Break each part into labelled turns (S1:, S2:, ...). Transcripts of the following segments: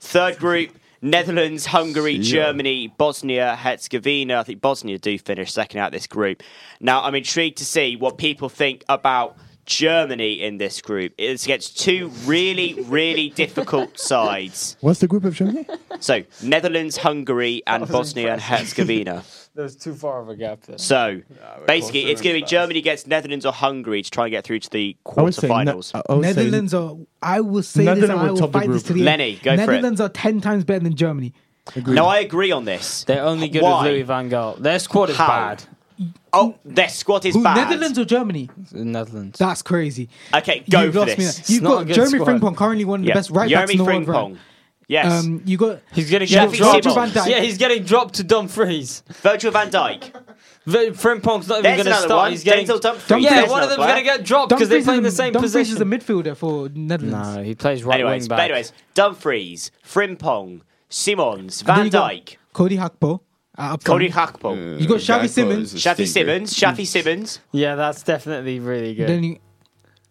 S1: Third group. Netherlands, Hungary, Germany, Bosnia, Herzegovina. I think Bosnia do finish second out of this group. Now, I'm intrigued to see what people think about Germany in this group. It's against two really, really difficult sides.
S2: What's the group of Germany?
S1: So, Netherlands, Hungary, and Bosnia and Herzegovina.
S3: There's too far of a gap there.
S1: So, basically, it's going to be Germany against Netherlands or Hungary to try and get through to the
S2: I would say ne-
S1: quarterfinals.
S2: I would say-
S4: Netherlands are. I will say this. And
S2: Netherlands
S4: I
S2: will
S4: will
S2: top the
S4: fight this
S2: group.
S4: to the end.
S1: Lenny, go for it.
S4: Netherlands are ten times better than Germany.
S1: Now, I agree on this.
S3: They're only good
S1: Why?
S3: with Louis van Gaal. Their squad is
S1: How?
S3: bad.
S1: Oh, their squad is
S4: Who,
S1: bad.
S4: Netherlands or Germany?
S3: The Netherlands.
S4: That's crazy.
S1: Okay, go
S4: You've
S1: for
S4: lost me
S1: this.
S4: there.
S1: It's
S4: You've
S3: not a
S4: got
S3: good
S4: Jeremy
S3: squad.
S4: Frimpong, currently one of the best right backs in the world.
S1: Frimpong.
S4: right?
S1: Yes.
S4: Um, you got
S3: He's getting
S1: Yeah,
S3: dropped.
S1: Sheffield
S3: Virgil
S1: Van
S4: Dijk.
S3: Yeah, he's getting dropped to Dumfries.
S1: Virgil van Dijk.
S3: V- Frimpong's not
S1: There's
S3: even going to
S1: another
S3: start.
S1: one.
S3: He's getting
S1: Denzel Dumfries.
S4: Yeah,
S3: yeah,
S1: There's
S3: one of
S1: another
S3: them's going
S1: player.
S3: to get dropped because they
S4: Dumfries
S3: play in the
S4: is a-
S3: same
S4: Dumfries
S3: position.
S4: is a midfielder for Netherlands.
S3: no, he plays right
S1: Anyways,
S3: wing
S1: but
S3: back.
S1: anyways, Dumfries, Frimpong, Simmons, Van
S4: you got-
S1: Dijk,
S4: Cody Hakpo. uh, up front.
S1: Cody
S5: Mm,
S1: Hakpo,
S4: You got Xavi Simmons.
S1: Shafi Simmons, Shafi Simmons,
S3: Yeah, that's definitely really good.
S4: Then you,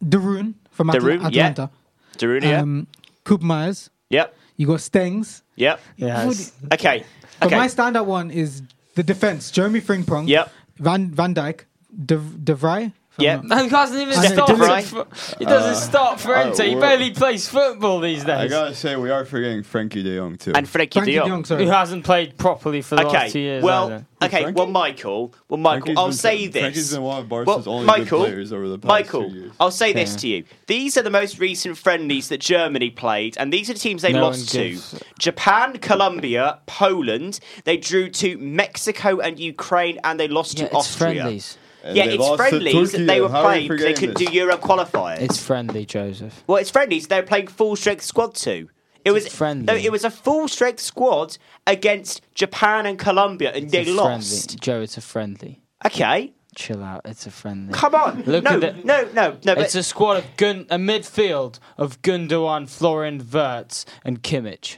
S4: Darun from Atla-
S1: Darun, yeah.
S4: Atlanta.
S1: Darunia.
S4: Um, Coop Myers.
S1: yep,
S4: You got Stengs.
S1: yep.
S3: Yes.
S1: Okay,
S4: But
S1: okay.
S4: my standout one is the defense. Jeremy Frimpong.
S1: Yep.
S4: Van Van Dijk. De, De Vrij. if I'm
S1: Yep.
S4: not-
S3: And he doesn't even
S4: Stefan
S3: start.
S1: Fry.
S3: For, he doesn't
S1: Uh,
S3: start for Inter. he
S5: well-
S3: barely plays football these
S5: I
S3: days.
S5: gotta say, we are forgetting Frankie De Jong too.
S1: and Frankie,
S4: Frankie
S1: De Jong.
S4: De Jong,
S3: Who
S4: sorry.
S3: hasn't played properly for the last two
S1: Okay,
S3: years?
S1: well,
S3: either.
S1: okay,
S5: Frankie?
S1: well, Michael, well, Michael,
S5: Frankie's
S1: I'll
S5: been-
S1: say this.
S5: Frankie's been one of Barca's
S1: well,
S5: only
S1: Michael,
S5: good players over the past
S1: Michael,
S5: two years.
S1: I'll say this to you. These are the most recent friendlies that Germany played, and these are the teams they
S3: No
S1: lost
S3: one
S1: to.
S3: gives
S1: Japan, Colombia, Poland. They drew to Mexico and Ukraine, and they lost
S3: Yeah,
S1: to
S3: it's
S1: Austria.
S3: friendlies.
S5: And
S1: yeah,
S5: they
S1: it's
S5: lost to
S1: friendlies that
S5: Turkey,
S1: they were
S5: how are we
S1: playing. They
S5: forgetting
S1: could do
S5: this?
S1: Euro qualifiers.
S3: It's friendly, Joseph.
S1: Well, it's friendlies. They're playing full strength squad too. It was
S3: friendly.
S1: No, it was a full strength squad against Japan and Colombia, and they
S3: It's a
S1: lost.
S3: Friendly. Joe, it's a friendly.
S1: Okay,
S3: Chill out. It's a friendly.
S1: come on.
S3: Look
S1: no,
S3: at the-
S1: no, no, no.
S3: It's
S1: But
S3: a squad of Gun, a midfield of Gundogan, Florin, Verts, and Kimmich.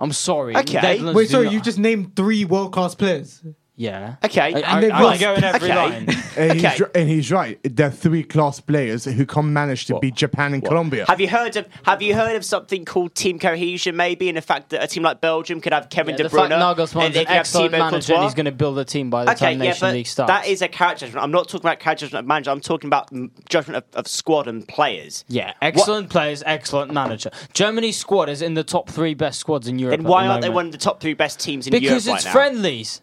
S3: I'm sorry.
S1: Okay.
S3: Netherlands
S4: Wait,
S3: do
S4: sorry,
S3: not-
S4: you just named three world class players.
S3: yeah.
S1: Okay.
S3: I,
S1: And
S3: I,
S4: they've
S3: I
S4: lost.
S3: go in every
S1: Okay.
S3: line.
S2: and, he's,
S1: Okay.
S2: dr- and he's right. They're three class players who can't manage to beat Japan and Colombia.
S1: have you heard of Have you heard of something called team cohesion? Maybe, and the fact that a team like Belgium could have Kevin
S3: Yeah,
S1: De
S3: the
S1: Bruyne
S3: fact Nagelsmann's
S1: and they
S3: an
S1: could have
S3: excellent
S1: Thibaut
S3: manager and
S1: Courtois.
S3: he's going to build a team by the
S1: Okay,
S3: time
S1: yeah,
S3: Nation
S1: but
S3: League starts.
S1: that is a character judgment. I'm not talking about character judgment of manager. I'm talking about mm, judgment of, of squad and players.
S3: Yeah, excellent players, excellent manager. Germany's squad is in the top three best squads in Europe.
S1: Then why
S3: at the
S1: aren't they
S3: moment.
S1: one of the top three best teams in Europe
S3: Because
S1: right
S3: it's
S1: now?
S3: friendlies.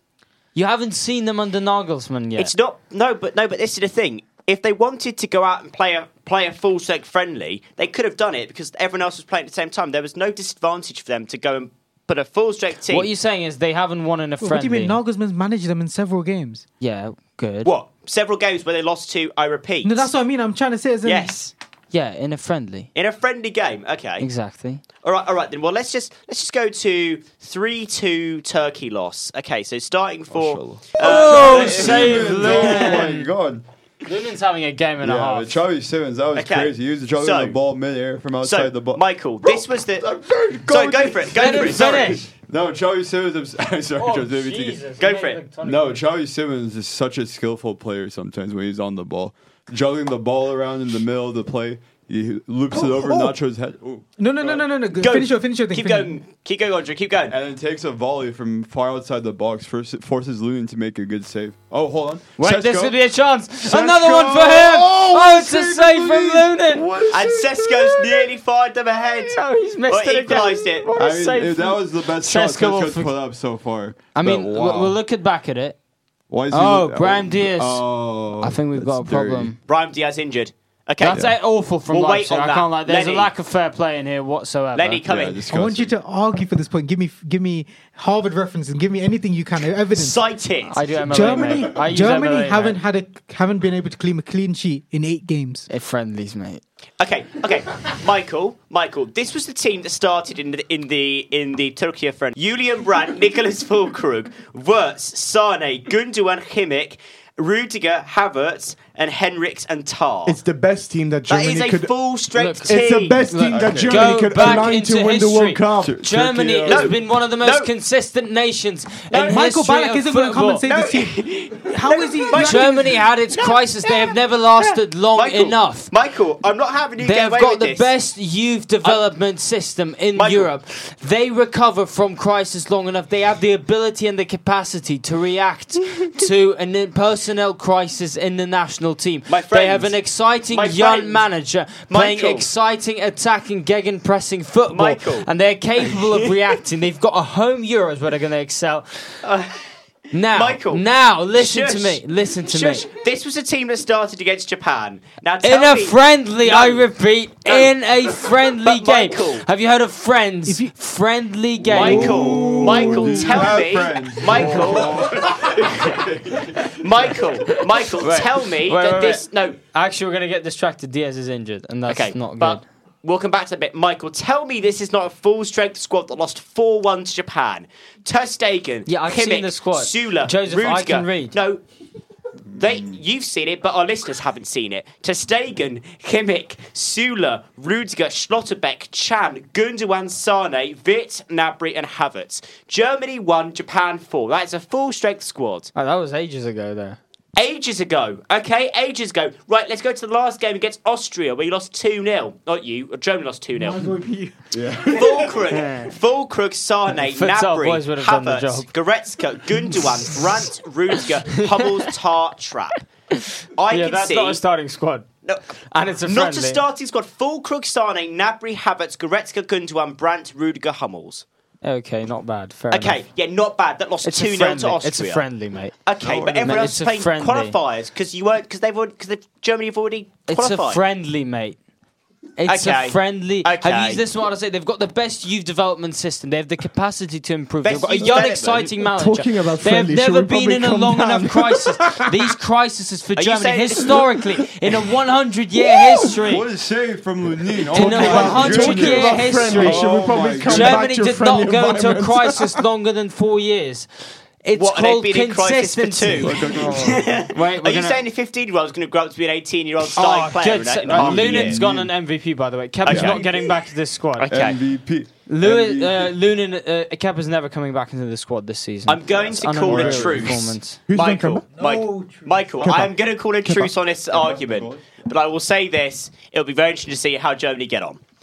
S3: You haven't seen them under Nagelsmann yet.
S1: It's not no, but no, but this is the thing. If they wanted to go out and play a play a full sec friendly, they could have done it because everyone else was playing at the same time. There was no disadvantage for them to go and put a full strength team.
S3: What you're saying is they haven't won in a friendly.
S4: What do you mean? Nagelsmann's managed them in several games.
S3: Yeah, good.
S1: What? Several games where they lost to. I repeat.
S4: No, that's what I mean. I'm trying to say. As in,
S1: yes.
S3: Yeah, in a friendly.
S1: In a friendly game, okay.
S3: Exactly.
S1: All right, all right then. Well, let's just let's just go to three two Turkey loss. Okay, so starting for uh,
S3: Oh, save
S5: oh my god!
S3: Lunan's having a game and a
S5: Yeah,
S3: half.
S5: but Charlie Simmons, that was
S1: Okay.
S5: crazy. He was juggling
S1: So-
S5: the ball midair from outside
S1: so
S5: the ball.
S1: Michael. This was the so go for it, go
S3: Let
S1: for
S3: him
S1: it. Sorry.
S3: finish.
S5: No, Charlie Simmons. I'm sorry,
S3: Oh,
S5: Joseph, if you could-
S1: Go for it.
S5: No, Charlie Simmons is such a skillful player sometimes when he's on the ball. Juggling the ball around in the middle of the play, he loops
S1: Oh,
S5: it over Nacho's head. Ooh.
S4: No, no, no, no, no, no. Go.
S1: Go.
S4: Finish your, finish your thing.
S1: Keep
S4: finish.
S1: going. Keep going, Andre. Keep going.
S5: And then takes a volley from far outside the box, first, forces Lunin to make a good save. Oh, hold on.
S3: Wait, this
S5: Sesko.
S3: could be a chance.
S5: Sesko.
S3: Another one for him.
S5: Oh,
S3: Oh, it's a
S5: save
S3: save from
S5: Lunin.
S3: Lunin.
S5: What a
S1: And
S5: save from
S1: Sesko's
S5: Lunin.
S1: nearly fired them ahead.
S3: Oh, he's missed
S1: Or
S3: it again.
S1: equalised it.
S3: What a
S5: I mean,
S3: save
S5: if
S3: from-
S5: that was the best shot
S3: Sesko will
S5: Sesko's
S3: fix-
S5: put up so far.
S3: I mean,
S5: But
S3: w-
S5: wow.
S3: we're looking back at it.
S5: Why is he
S3: Oh,
S5: look-
S3: Brahim Diaz.
S5: Oh,
S3: I think we've got a
S5: that's dirty.
S3: problem.
S1: Brian Diaz injured. Okay.
S3: That's uh, awful from
S1: We'll wait
S3: Leipzig.
S1: on
S3: I
S1: that.
S3: can't like. There's
S1: Lenny.
S3: a lack of fair play in here whatsoever.
S1: Lenny, come
S5: Uh, Yeah,
S1: in.
S5: disgusting.
S4: I want you to argue for this point. Give me, give me Harvard references. Give me anything you can. Evidence.
S1: Cite it.
S3: I do MLA,
S4: Germany,
S3: mate. I use
S4: Germany
S3: MLA, mate.
S4: haven't had a, haven't been able to claim a clean sheet in eight games.
S3: It friendlies, mate.
S1: Okay, okay. Michael, Michael, this was the team that started in the in the in the Turkey friend. Julian Brandt, Nicholas Fulkrug, Wirtz, Sane, Gundogan, Kimmich, Rudiger, Havertz, and Henriks and Tar.
S2: It's the best team that
S1: that
S2: Germany
S1: is a
S2: could.
S1: full strength
S3: Look,
S1: team.
S2: it's the best
S3: Look,
S2: team that
S5: okay.
S2: Germany
S3: Go
S2: could
S3: back
S2: align to
S3: into
S2: win the
S3: history.
S2: World Cup.
S5: Tur-
S3: Germany
S5: Turkey, uh,
S3: has been one of the most
S1: No.
S3: consistent nations. in
S4: Michael
S3: history
S4: Ballack
S3: of
S4: isn't going to come
S3: football.
S4: and save this team. How is he?
S1: Michael-
S4: you actually-
S3: Germany had its crisis. They have never lasted long
S1: Michael,
S3: enough.
S1: Michael, I'm not having you
S3: They
S1: get
S3: have
S1: away
S3: got
S1: with
S3: the
S1: this.
S3: best youth development system in
S1: Michael.
S3: Europe. They recover from crisis long enough. They have the ability and the capacity to react to an in- personnel crisis in the national team.
S1: My
S3: they have
S1: friend.
S3: an exciting
S1: My
S3: young
S1: friend.
S3: manager
S1: Michael.
S3: playing exciting attacking gegenpressing football,
S1: Michael.
S3: and they're capable of reacting. They've got a home Euros where they're going to excel. now,
S1: Uh, Michael.
S3: now listen to
S1: Shush.
S3: me. Listen to
S1: Shush.
S3: me.
S1: This was a team that started against Japan. Now tell
S3: In a
S1: me,
S3: friendly,
S1: No.
S3: I repeat,
S1: No.
S3: in a friendly
S1: But
S3: game.
S1: Michael-
S3: Have you heard of Friends? Friendly game.
S1: Michael, Michael, tell
S5: have
S1: me,
S5: friends.
S1: Michael, Michael, Michael, tell me
S3: Wait,
S1: that
S3: wait,
S1: this no.
S3: Actually, we're going to get distracted. Diaz is injured, and that's
S1: Okay,
S3: not
S1: but
S3: good.
S1: we'll come back to that bit. Michael, tell me this is not a full strength squad that lost four one to Japan. Ter Stegen,
S3: Yeah, I've
S1: Kimmich,
S3: seen the squad.
S1: Sula,
S3: Joseph, I
S1: Rudiger.
S3: can read.
S1: No, They, you've seen it, but our listeners haven't seen it. Ter Stegen, Kimmich, Sula, Rudiger, Schlotterbeck, Chan, Gundogan, Sane, Witt, Nabry, and Havertz. Germany won, Japan four. That's a full strength squad.
S3: Oh, that was ages ago, there.
S1: Ages ago, okay, ages ago. Right, let's go to the last game against Austria, where you lost two 0 Not you, or Germany lost two 0 Fulkrug, Fulkrug, Sane,
S3: Fits up, boys
S1: Nabry,
S3: would have done the
S1: Havertz,
S3: job.
S1: Goretzka, Gundogan, Brandt, Rudiger, Hummels, Tar, Trap. I
S3: yeah,
S1: can
S3: that's
S1: see
S3: not a starting squad.
S1: no,
S3: And it's a
S1: not
S3: friendly.
S1: a starting squad. Fulkrug, Sane, Nabry, Havertz, Goretzka, Gundogan, Brandt, Rudiger, Hummels.
S3: Okay, not bad. Fair
S1: Okay,
S3: enough.
S1: yeah, not bad. That lost
S3: It's
S1: two
S3: a
S1: 0 to
S3: friendly.
S1: Austria.
S3: It's a friendly, mate.
S1: Okay, but everyone
S3: mate,
S1: else
S3: it's
S1: is
S3: a
S1: playing
S3: friendly.
S1: qualifiers because you weren't because they've already because Germany have already
S3: It's
S1: qualified.
S3: a friendly, mate. It's
S1: Okay.
S3: a friendly. Have
S1: Okay.
S3: you, this is what I say. They've got the best youth development system. They have the capacity to improve.
S1: Best
S3: They've got a
S1: youth
S3: young,
S1: development.
S3: exciting manager.
S2: Talking about
S3: They have
S2: friendly, should
S3: never
S2: we
S3: been
S2: probably
S3: in a
S2: come
S3: long
S2: down?
S3: enough crisis. These crises for
S1: Are you
S3: Germany
S1: saying-
S3: historically in a 100 year history.
S5: What a save from Lenin.
S3: In a 100
S2: Talking
S3: year
S2: about
S3: history,
S2: friendly, should we probably
S5: Oh my
S2: come back
S3: Germany
S2: to
S3: did
S2: friendly
S3: not go into a
S2: environment?
S3: crisis longer than four years. It's
S1: What, and they've
S3: called
S1: been in crisis for
S3: consistency.
S1: two.
S3: Wait,
S1: Are
S3: we're
S1: you
S3: gonna-
S1: saying a 15 year old is going to grow up to be an 18 year old
S3: Oh,
S1: starting player? In,
S3: good.
S1: a- in
S3: Right,
S1: half a year?
S3: Lunan's gone an MVP, by the way. Kepa's
S1: Okay.
S3: not getting back to this squad.
S1: Okay.
S5: MVP.
S3: Lewis, uh,
S5: MVP.
S3: Lunin, uh, Kepa's never coming back into the squad this season.
S1: I'm going to call a
S3: Unreal
S1: truce.
S3: performance.
S2: Who's gonna come
S1: Michael,
S2: back?
S1: Mike,
S4: No truce.
S1: Michael,
S2: Kepa.
S1: I'm going to call a truce on this argument,
S5: Kepa.
S1: but I will say this: it'll be very interesting to see how Germany get on.